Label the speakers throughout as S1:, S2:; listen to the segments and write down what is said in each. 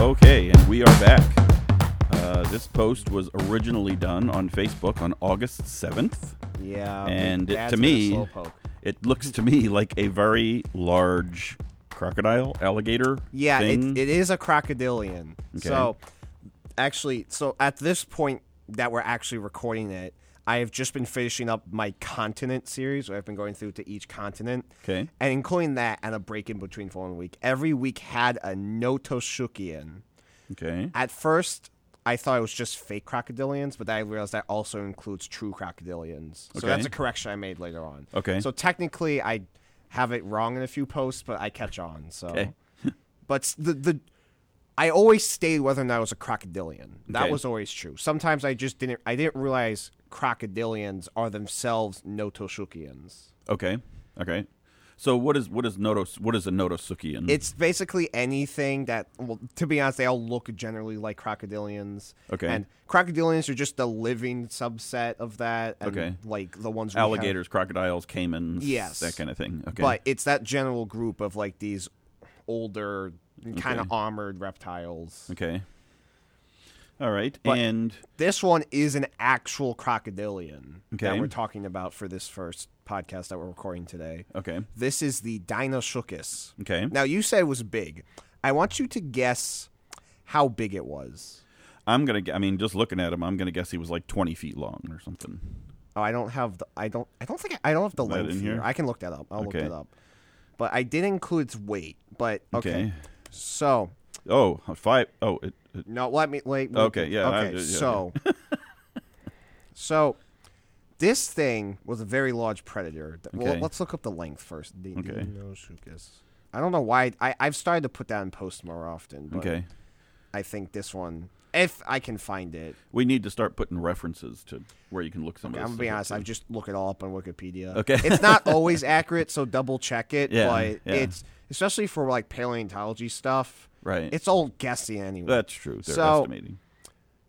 S1: Okay, and we are back. Uh, this post was originally done on Facebook on August 7th.
S2: Oh, Yeah.
S1: And it-
S2: that's
S1: to
S2: been a
S1: me,
S2: slowpoke.
S1: It looks to me like a very large crocodile, alligator.
S2: Yeah,
S1: thing.
S2: it, it is a crocodilian.
S1: Okay.
S2: So, actually, so at this point that we're actually recording it, I have just been finishing up my continent series where I've been going through to each continent.
S1: Okay.
S2: And including that and a break in between following week. Every week had a Notoshukian.
S1: Okay.
S2: At first, I thought it was just fake crocodilians, but then I realized that also includes true crocodilians. So
S1: Okay.
S2: that's a correction I made later on.
S1: Okay.
S2: So technically, I have it wrong in a few posts, but I catch on. So,
S1: Okay.
S2: but s- the the I always stayed whether or not it was a crocodilian. That
S1: Okay.
S2: was always true. Sometimes I just didn't. I didn't realize crocodilians are themselves Notoshukians.
S1: Okay. Okay. So what is what is notos what is a notosukian?
S2: It's basically anything that, well, to be honest, they all look generally like crocodilians.
S1: Okay.
S2: And crocodilians are just the living subset of that. And
S1: Okay.
S2: Like the ones we have.
S1: alligators, crocodiles, caimans,
S2: Yes.
S1: that kind of thing. Okay.
S2: But it's that general group of like these older, kind of
S1: Okay.
S2: armored reptiles.
S1: okay. All right.
S2: But-
S1: and
S2: This one is an actual crocodilian that
S1: Okay.
S2: we're talking about for this first podcast that we're recording today.
S1: okay.
S2: This is the Dinosuchus.
S1: Okay.
S2: Now, you said it was big. I want you to guess how big it was.
S1: I'm gonna. gu- I mean, just looking at him, I'm gonna guess he was like 20 feet long or something.
S2: Oh, I don't have the. I don't. I don't think. I, I don't have the
S1: that
S2: length
S1: in
S2: here.
S1: here?
S2: I can look that up. I'll
S1: Okay.
S2: look that up. But I did include its weight. But okay.
S1: Okay.
S2: So
S1: Oh, a five. Oh, it, it-
S2: no, let me wait.
S1: Okay, yeah, I-
S2: Okay.
S1: yeah, yeah.
S2: so. so, this thing was a very large predator. Th- Well,
S1: Okay.
S2: let's look up the length first. The,
S1: Okay.
S2: I don't know why I, I've started to put that in post more often, but
S1: okay.
S2: I think this one, if I can find it,
S1: We need to start putting references to where you can look some
S2: I'm
S1: of this.
S2: gonna be
S1: stuff up
S2: honest.
S1: to.
S2: I've just look it all up on Wikipedia.
S1: Okay.
S2: it's not always accurate, so double check it.
S1: Yeah,
S2: but
S1: yeah.
S2: it's especially for like paleontology stuff.
S1: right.
S2: It's all guessing anyway.
S1: That's true. They're
S2: So-
S1: estimating.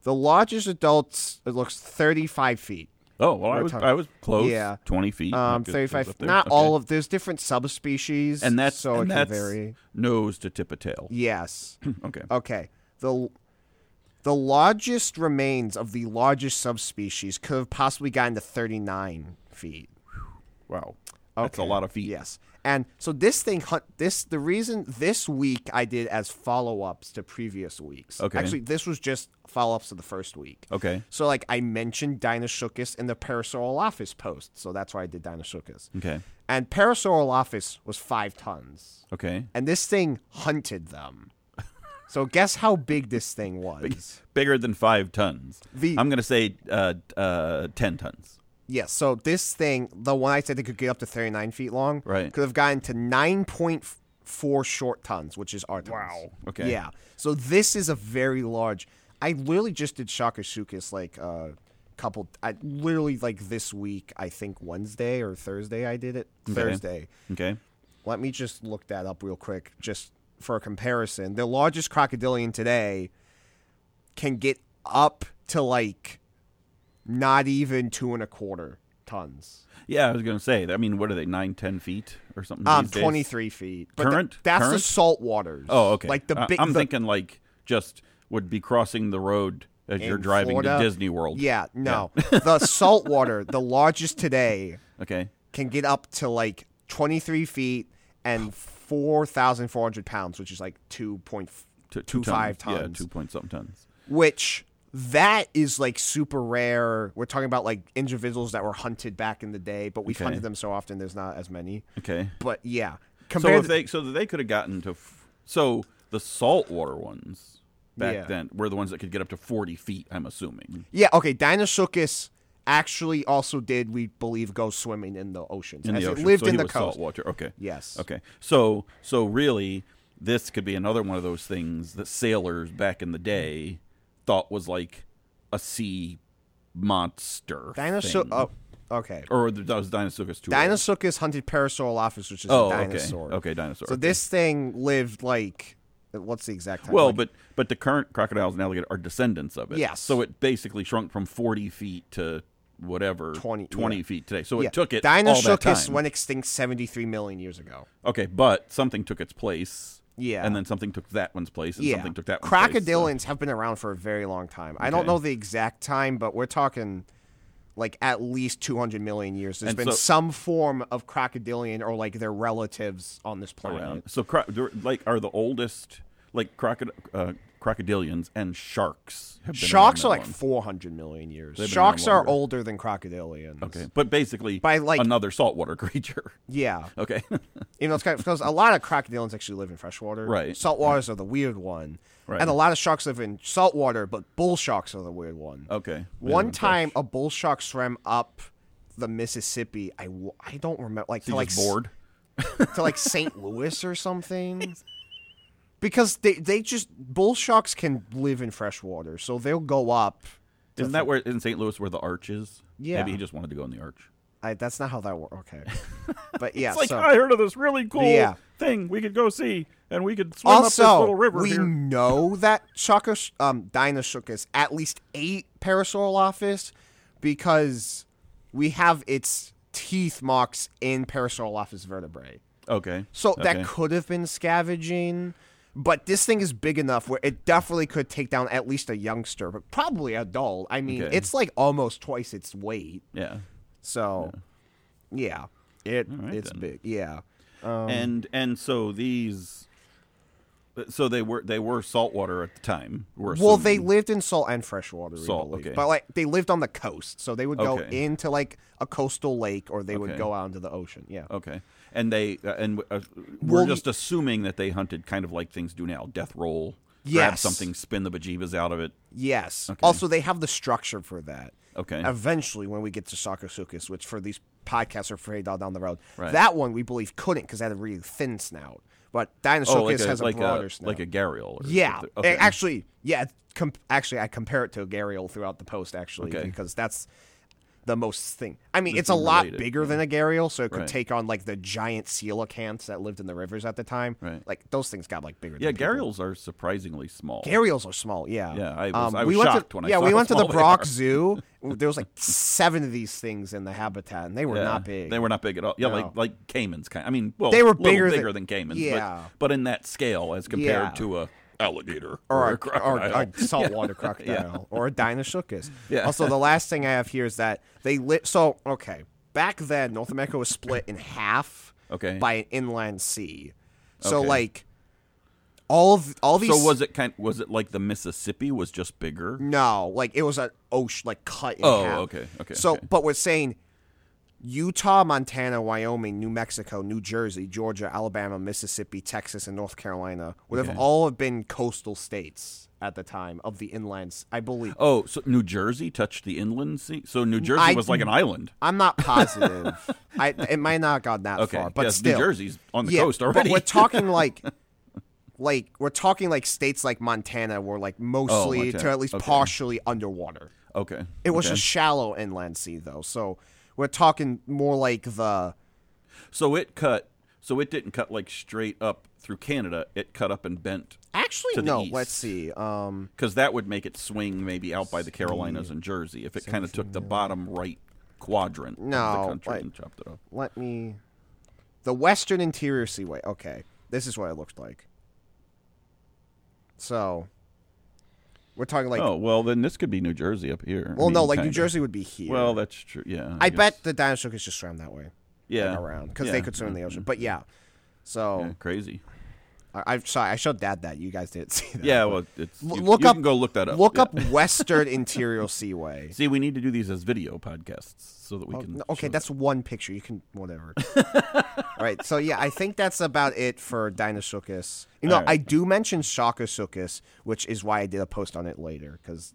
S2: the largest adults it looks 35 feet.
S1: Oh well, I
S2: we're
S1: was
S2: talking-
S1: I was close.
S2: Yeah.
S1: 20 feet.
S2: Um,
S1: Not good.
S2: 35.
S1: Up there.
S2: Not
S1: Okay.
S2: all of there's different subspecies,
S1: And that's
S2: so
S1: and
S2: it
S1: that's
S2: can vary. Uh,
S1: nose to tip of tail. Hmm,
S2: Yes.
S1: Okay.
S2: Okay. The the largest remains of the largest subspecies could have possibly gotten to 39 feet.
S1: Wow. That's a lot of feet.
S2: Yes. And so this thing, hunt this the reason this week I did as follow ups to previous weeks.
S1: Okay. Oh.
S2: Actually, this was just follow ups to the first week.
S1: Okay.
S2: So like I mentioned Dinosuchus in the Parasaurolophus post, so that's why I did Dinosuchus.
S1: Okay.
S2: And Parasaurolophus was five tons,
S1: Okay.
S2: and this thing hunted them. so guess how big this thing was?
S1: Bigger than five tons.
S2: The-
S1: I'm gonna say uh, uh, 10 tons.
S2: Yes. So this thing, the one I said that could get up to 39 feet long,
S1: Right.
S2: could have gotten to 9.4 short tons, which is our tons.
S1: Wow. Okay.
S2: Yeah. So this is a very large. I literally just did Shakasukis like a couple. I literally like this week. I think Wednesday or Thursday. I did it Thursday.
S1: Okay.
S2: Let me just look that up real quick, just for a comparison. The largest crocodilian today can get up to like not even two and a quarter tons.
S1: Yeah, I was gonna say. I mean, what are they? Nine, ten feet or something?
S2: Um,
S1: these days?
S2: twenty three feet. But th-
S1: Current?
S2: that's the
S1: Current?
S2: salt waters.
S1: Oh, okay.
S2: Like the
S1: I-
S2: big.
S1: I'm
S2: the-
S1: thinking like just would be crossing the road as you're
S2: in
S1: driving
S2: Florida.
S1: to Disney World.
S2: Yeah, no, the salt water, the largest today,
S1: Okay.
S2: can get up to like twenty three feet and four thousand four hundred pounds, which is like two point
S1: T-
S2: two five
S1: tons.
S2: tons.
S1: Yeah, two point something tons.
S2: which that is like super rare. We're talking about like individuals that were hunted back in the day, but we've
S1: Okay.
S2: hunted them so often there's not as many.
S1: Okay.
S2: But yeah,
S1: So
S2: compared
S1: if they so that they could have gotten to f- so the saltwater ones back
S2: Yeah.
S1: then were the ones that could get up to forty feet. I'm assuming.
S2: yeah, okay, Dinosuchus actually also did we believe go swimming in the oceans
S1: in
S2: as
S1: the
S2: it
S1: ocean.
S2: lived
S1: so
S2: in
S1: he
S2: the
S1: was
S2: coast.
S1: saltwater. Okay.
S2: Yes.
S1: Okay. So so really, this could be another one of those things that sailors back in the day thought was like a sea monster.
S2: Dinosaur.
S1: thing.
S2: Oh, okay.
S1: or the, that was Dinosuchus too. right?
S2: Dinosuchus hunted Parasaurolophus, which is
S1: Oh,
S2: a
S1: okay.
S2: dinosaur.
S1: Okay, dinosaur,
S2: So
S1: okay.
S2: this thing lived like, what's the exact time?
S1: Well,
S2: Like-
S1: but but the current crocodiles and alligator are descendants of it.
S2: Yes.
S1: So it basically shrunk from forty feet to whatever
S2: 20, yeah.
S1: feet today. So
S2: yeah.
S1: it took it all that
S2: Dinosuchus
S1: time.
S2: went extinct 73 million years ago.
S1: okay, but something took its place
S2: Yeah.
S1: and then something took that one's place, and
S2: yeah.
S1: something took that. one's place, so-
S2: Crocodilians have been around for a very long time. I don't
S1: Okay.
S2: know the exact time, but we're talking like at least 200 million years. There's
S1: And
S2: been
S1: so-
S2: some form of crocodilian or like their relatives on this planet.
S1: around. So, cro- they're- like, are the oldest like crocod- uh, crocodilians and sharks? Have been around
S2: Sharks
S1: that
S2: are like
S1: long.
S2: 400 million years.
S1: They've been around
S2: Sharks are
S1: longer.
S2: older than crocodilians.
S1: okay, but basically
S2: By, like-
S1: another saltwater creature.
S2: Yeah.
S1: Okay,
S2: You know, it's kind of because a lot of crocodilians actually live in freshwater.
S1: Right.
S2: Salt waters are the weird one.
S1: Right.
S2: And a lot of sharks live in saltwater, but bull sharks are the weird one.
S1: okay. We
S2: One
S1: haven't
S2: time, a bull shark swam up the Mississippi. I, w- I don't remember, like
S1: touched-
S2: to
S1: He's
S2: like
S1: just bored.
S2: s- to like St. Louis or something. Because they they just bull sharks can live in freshwater, so they'll go up.
S1: Isn't that where in St. Louis where the arch is?
S2: Yeah.
S1: Maybe he just wanted to go in the arch.
S2: I, that's not how that works. Okay, but yeah,
S1: It's like
S2: so-
S1: I heard of this really cool
S2: Yeah.
S1: thing we could go see, and we could swim up this
S2: also
S1: little river
S2: we
S1: here.
S2: know that Sharkus, um, Dinosuchus at least ate Parasaurolophus because we have its teeth marks in Parasaurolophus vertebrae.
S1: Okay,
S2: So
S1: Okay.
S2: that could have been scavenging, but this thing is big enough where it definitely could take down at least a youngster, but probably adult. I mean,
S1: Okay.
S2: it's like almost twice its weight.
S1: yeah,
S2: So, yeah, it
S1: right,
S2: it's
S1: then.
S2: big. Yeah, um,
S1: and and so these, uh, so they were they were saltwater at the time. We're
S2: Well, they
S1: assuming.
S2: lived in salt and freshwater, we
S1: Salt,
S2: believe.
S1: okay.
S2: But like they lived on the coast, so they would go
S1: Okay.
S2: into like a coastal lake, or they would
S1: Okay.
S2: go out into the ocean. Yeah.
S1: Okay, and they uh, and uh, we're
S2: Well,
S1: just assuming that they hunted kind of like things do now: death roll, grab
S2: Yes.
S1: something, spin the bejeebas out of it.
S2: Yes. Also, they have the structure for that.
S1: Okay,
S2: Eventually, when we get to Sarcosuchus, which for these podcasts are for down down the road,
S1: Right.
S2: that one we believe couldn't because it had a really thin snout. But Dinosuchus
S1: oh, like a
S2: has a
S1: like
S2: broader
S1: a
S2: snout.
S1: like a gharial. Or
S2: Yeah,
S1: something.
S2: a-
S1: okay.
S2: actually, yeah. Com- actually, I compare it to a Gariel throughout the post actually
S1: Okay.
S2: because that's the most thing. I mean, it's a
S1: thing
S2: lot
S1: related,
S2: bigger than a Gariel, so it could
S1: Right.
S2: take on like the giant coelacanths that lived in the rivers at the time.
S1: Right.
S2: Like those things got like bigger.
S1: yeah,
S2: than people.
S1: gharials are surprisingly small.
S2: Gharials are small. Yeah. Um,
S1: Yeah, I was- I
S2: we
S1: was
S2: went
S1: shocked
S2: to,
S1: when I
S2: yeah
S1: saw
S2: we
S1: how
S2: went to the
S1: small they
S2: Brock
S1: are.
S2: Zoo. There was like seven of these things in the habitat, and they were
S1: Yeah,
S2: not big.
S1: They were not big at all. Yeah,
S2: No.
S1: like like caimans kind. I mean, well,
S2: They were
S1: little
S2: bigger than-
S1: bigger than, caimans.
S2: Yeah.
S1: but, but in that scale as compared
S2: Yeah.
S1: to a alligator
S2: or,
S1: a
S2: a, or,
S1: crocodile.
S2: a saltwater crocodile or a dinosuchus.
S1: Yeah.
S2: Also, the last thing I have here is that they lit. So okay, back then North America was split in half.
S1: Okay.
S2: By an inland sea, so
S1: Okay.
S2: like all of, all these.
S1: so was it kind? Was it like the Mississippi was just bigger?
S2: no like it was an ocean like cut in
S1: Oh,
S2: half.
S1: okay, okay,
S2: So,
S1: okay.
S2: but we're saying. Utah, Montana, Wyoming, New Mexico, New Jersey, Georgia, Alabama, Mississippi, Texas, and North Carolina would have all have been coastal states at the time of the inlands, I believe.
S1: Oh, so New Jersey touched the inland sea. So New Jersey
S2: I-
S1: was like an island.
S2: I'm not positive. I it might not have gone that
S1: Okay,
S2: far, but
S1: yes,
S2: still,
S1: New Jersey's on the
S2: yeah,
S1: coast
S2: but
S1: already.
S2: we're talking like, like we're talking like states like Montana were like mostly
S1: Oh, Montana,
S2: to at least
S1: okay.
S2: partially underwater.
S1: okay,
S2: It was
S1: okay.
S2: a shallow inland sea though, so we're talking more like the
S1: so it cut. So it didn't cut like straight up through Canada. It cut up and bent
S2: actually
S1: To the
S2: no.
S1: east.
S2: Let's see. Um,
S1: because that would make it swing maybe out by the Carolinas and Jersey if it kind of took the bottom right quadrant of
S2: No,
S1: the country
S2: like-
S1: and chopped it up.
S2: let me. The Western Interior Seaway. Okay, this is what it looked like. So, we're talking like.
S1: oh well, then this could be New Jersey up here. I
S2: Well, no,
S1: mean,
S2: like New
S1: kinda.
S2: Jersey would be here.
S1: Well, that's true. Yeah,
S2: I
S1: guess.
S2: bet the dinosaurs just swam that way.
S1: Yeah,
S2: Like around. Because
S1: Yeah. Mm-hmm.
S2: they could swim in the ocean. But yeah. So
S1: Yeah, crazy.
S2: I, I'm sorry, I showed dad that. You guys didn't see that.
S1: Yeah, well, it's
S2: L-
S1: you,
S2: look
S1: you
S2: up-
S1: Can go look that up.
S2: Look
S1: Yeah.
S2: up Western Interior Seaway.
S1: See, we need to do these as video podcasts so that we
S2: Oh,
S1: can.
S2: no, okay,
S1: show-
S2: that's one picture. You can whatever. All right, so yeah, I think that's about it for Dinosuchus. You know,
S1: All right.
S2: I do mention Shockasuchus, which is why I did a post on it later because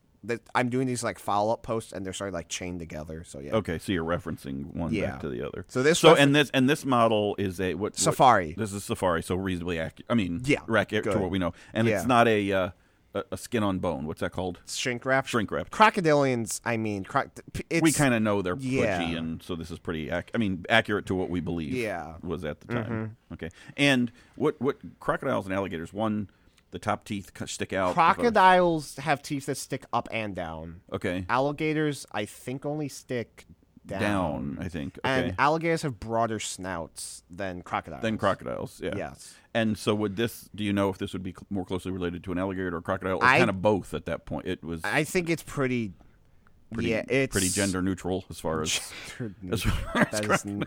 S2: I'm doing these like follow up posts and they're sort of like chained together. So yeah,
S1: Okay, so you're referencing one
S2: Yeah.
S1: back to the other.
S2: So this
S1: so and this and this model is a what what-
S2: Safari.
S1: this is Safari, so reasonably accurate. I mean,
S2: Yeah,
S1: accurate to
S2: good.
S1: what we know, and it's
S2: Yeah.
S1: not a uh, a- a skin on bone. What's that called?
S2: shrink wrap.
S1: Shrink wrap.
S2: Crocodilians. I mean, croc- it's,
S1: we kind of know they're
S2: Yeah.
S1: pudgy, and so this is pretty. Ac- I mean, accurate to what we believe.
S2: Yeah. Mm-hmm.
S1: was at the time. Okay, and what what crocodiles and alligators? One, the top teeth c- stick out.
S2: Crocodiles have teeth that stick up and down.
S1: Okay,
S2: Alligators, I think, only stick down.
S1: down, I think. Okay.
S2: And alligators have broader snouts than crocodiles.
S1: Than crocodiles, yeah.
S2: Yes.
S1: And so would this? Do you know if this would be cl- more closely related to an alligator or a crocodile? It was
S2: I-
S1: kind of both at that point. It was
S2: I think it's pretty.
S1: pretty,
S2: yeah, it's
S1: pretty gender neutral as far as
S2: gender
S1: as
S2: neutral.
S1: far as
S2: That is n-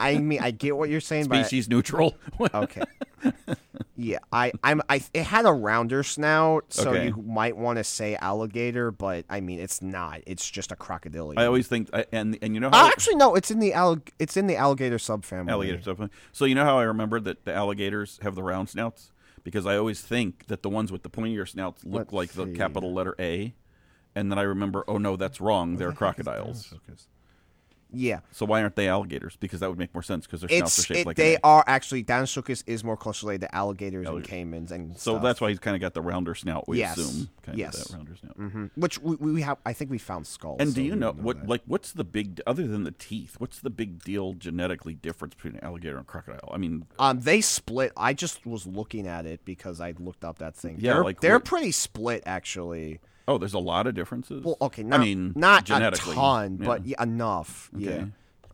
S2: I mean, I get what you're saying,
S1: species neutral.
S2: but okay. Yeah, I, I'm, I. It had a rounder snout, so
S1: Okay.
S2: you might want to say alligator, but I mean, it's not. It's just a crocodilian.
S1: I always think, I- and and you know
S2: Uh,
S1: how
S2: actually, no, it's in the allig- it's in the alligator subfamily.
S1: alligators definitely. So you know how I remember that the alligators have the round snouts because I always think that the ones with the pointier snouts look
S2: Let's
S1: like the
S2: see.
S1: capital letter A, and then I remember, oh no, that's wrong. They're crocodiles.
S2: Yeah,
S1: So why aren't they alligators? Because that would make more sense because their snouts
S2: it's
S1: are shaped
S2: it,
S1: like an
S2: they
S1: A.
S2: are actually Danosuchus is more closely related to alligators and caimans and
S1: So
S2: stuff.
S1: that's why he's kind of got the rounder snout. We
S2: Yes.
S1: assume kind
S2: Yes.
S1: of that rounder snout.
S2: Mhm. which we, we have. I think we found skulls.
S1: And
S2: so
S1: do you
S2: we
S1: know
S2: would
S1: what?
S2: that.
S1: Like, what's the big other than the teeth? What's the big deal genetically difference between an alligator and crocodile? I mean,
S2: Um, they split. I just was looking at it because I looked up that thing.
S1: Yeah,
S2: they're,
S1: like
S2: they're
S1: what-
S2: pretty split actually.
S1: oh, there's a lot of differences.
S2: Well, okay, not,
S1: I mean,
S2: not
S1: genetically,
S2: a ton,
S1: yeah.
S2: but yeah, enough.
S1: Okay.
S2: Yeah.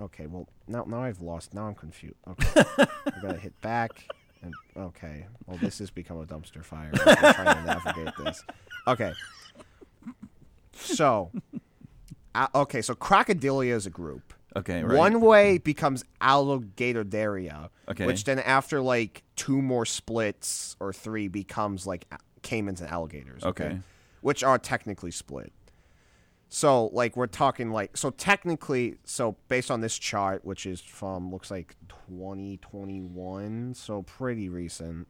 S2: Okay. Well, now now I've lost. Now I'm confused. Okay. I gotta hit back. And, okay. Well, this has become a dumpster fire. I'm trying to navigate this. Okay. So, uh, okay. So crocodilia is a group.
S1: okay, right.
S2: One way becomes alligatoria,
S1: Okay.
S2: which then after like two more splits or three becomes like a- caimans and alligators.
S1: Okay.
S2: which are technically split. So like we're talking like so technically so based on this chart, which is from looks like 2021, so pretty recent.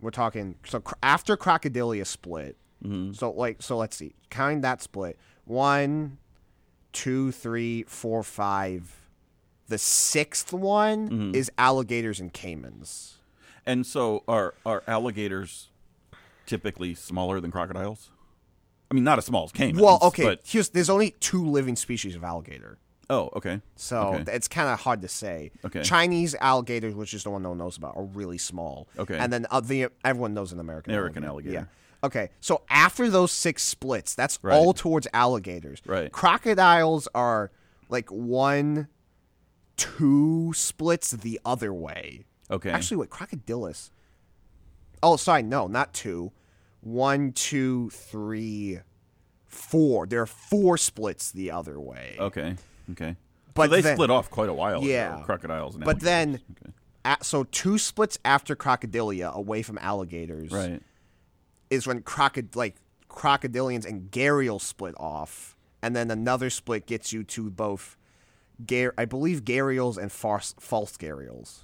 S2: We're talking so cr- after crocodilia split. So like so let's see, counting that split one, two, three, four, five. The sixth one
S1: Mm-hmm.
S2: is alligators and caimans.
S1: And so are are alligators typically smaller than crocodiles? I mean, not as small as caimans.
S2: Well, okay,
S1: but-
S2: here's there's only two living species of alligator.
S1: oh, okay.
S2: So
S1: Okay.
S2: it's kind of hard to say.
S1: Okay.
S2: Chinese alligators, which is the one no one knows about, are really small.
S1: Okay.
S2: And then uh, the everyone knows an American
S1: American
S2: Yeah.
S1: alligator.
S2: Okay. So after those six splits, that's
S1: Right.
S2: all towards alligators.
S1: Right.
S2: Crocodiles are like one, two splits the other way.
S1: Okay.
S2: Actually, wait, crocodilus. Oh, sorry, no, not two. One, two, three, four. There are four splits the other way.
S1: okay. Okay.
S2: But
S1: so they
S2: then-
S1: split off quite a while. ago,
S2: Yeah.
S1: crocodiles. And
S2: But then,
S1: alligators. okay.
S2: a- so two splits after crocodilia, away from alligators,
S1: right.
S2: is when crocod like crocodilians and gharial split off, and then another split gets you to both, gar- I believe gharials and farce- false gharials.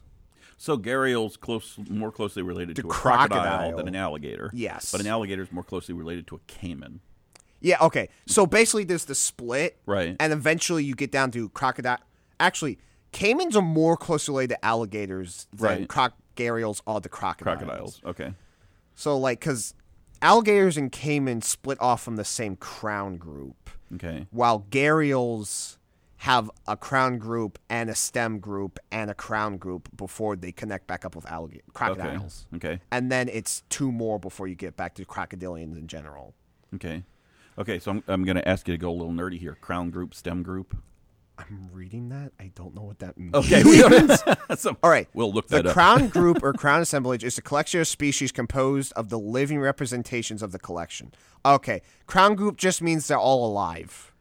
S1: So gharial's close, more closely related to, a
S2: crocodile.
S1: crocodile than an alligator.
S2: Yes.
S1: But an alligator is more closely related to a caiman.
S2: Yeah, okay. So basically, there's the split,
S1: Right.
S2: And eventually, you get down to crocodile. Actually, caimans are more closely related to alligators than
S1: Right.
S2: croc gharials are the crocodiles.
S1: Crocodiles. Okay.
S2: So like, because alligators and caimans split off from the same crown group,
S1: Okay.
S2: while gharials have a crown group and a stem group and a crown group before they connect back up with alligator
S1: Okay.
S2: crocodiles.
S1: Okay.
S2: And then it's two more before you get back to crocodilians in general.
S1: Okay. Okay. So I'm, I'm going to ask you to go a little nerdy here. Crown group, stem group.
S2: I'm reading that. I don't know what that means.
S1: Okay. we don't- so-
S2: All right.
S1: We'll look
S2: The
S1: that up.
S2: crown group or crown assemblage is a collection of species composed of the living representations of the collection. Okay. Crown group just means they're all alive.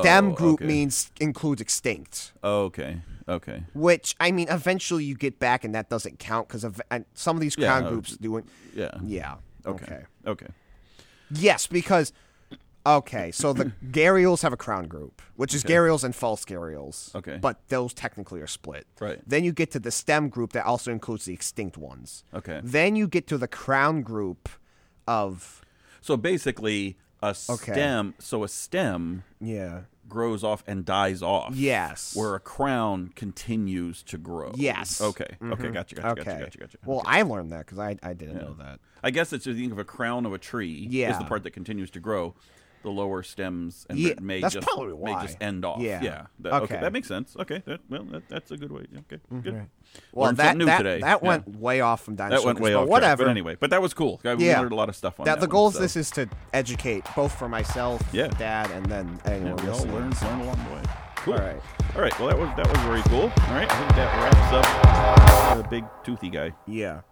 S2: Stem
S1: Oh,
S2: group
S1: okay.
S2: means includes extinct,
S1: Okay. Okay.
S2: which I mean, eventually you get back, and that doesn't count because some of these
S1: Yeah,
S2: crown
S1: I
S2: groups
S1: would-
S2: do it.
S1: Yeah.
S2: Yeah.
S1: Okay. Okay.
S2: Yes, because okay, so the Gharials have a crown group, which is Gharials and false Gharials.
S1: Okay.
S2: but those technically are split.
S1: Right.
S2: Then you get to the stem group that also includes the extinct ones.
S1: Okay.
S2: Then you get to the crown group of
S1: So basically, a stem. So a stem
S2: yeah
S1: grows off and dies off.
S2: yes
S1: Where a crown continues to grow.
S2: Yes. Mm-hmm.
S1: Okay. Okay. Gotcha. Gotcha.
S2: okay
S1: Gotcha. Gotcha. Gotcha.
S2: well I learned that because I I didn't know that
S1: I guess it's you think of a crown of a tree. Is
S2: Yeah.
S1: the part that continues to grow. The lower stems and
S2: Yeah,
S1: it may
S2: that's
S1: just
S2: probably
S1: may
S2: why.
S1: just end off.
S2: Yeah.
S1: That- okay.
S2: Okay. Mm-hmm.
S1: That makes sense. Okay. That, well, that, that's a good way. Okay. Good.
S2: well
S1: Learned
S2: that
S1: something new
S2: that,
S1: today.
S2: that
S1: Yeah.
S2: went way off from dinosaur
S1: That went way
S2: but
S1: off. track,
S2: whatever
S1: but anyway, but that was cool. I- We
S2: Yeah.
S1: learned a lot of stuff on that.
S2: that, the
S1: one,
S2: goal of
S1: so-
S2: this is to educate both for myself
S1: Yeah.
S2: dad and then anyone
S1: Yeah, we all
S2: listening
S1: learned,
S2: so-
S1: learned along the way. Cool.
S2: All right.
S1: All right. Well, that was that was very cool. All right. I think that wraps up the big toothy guy.
S2: Yeah.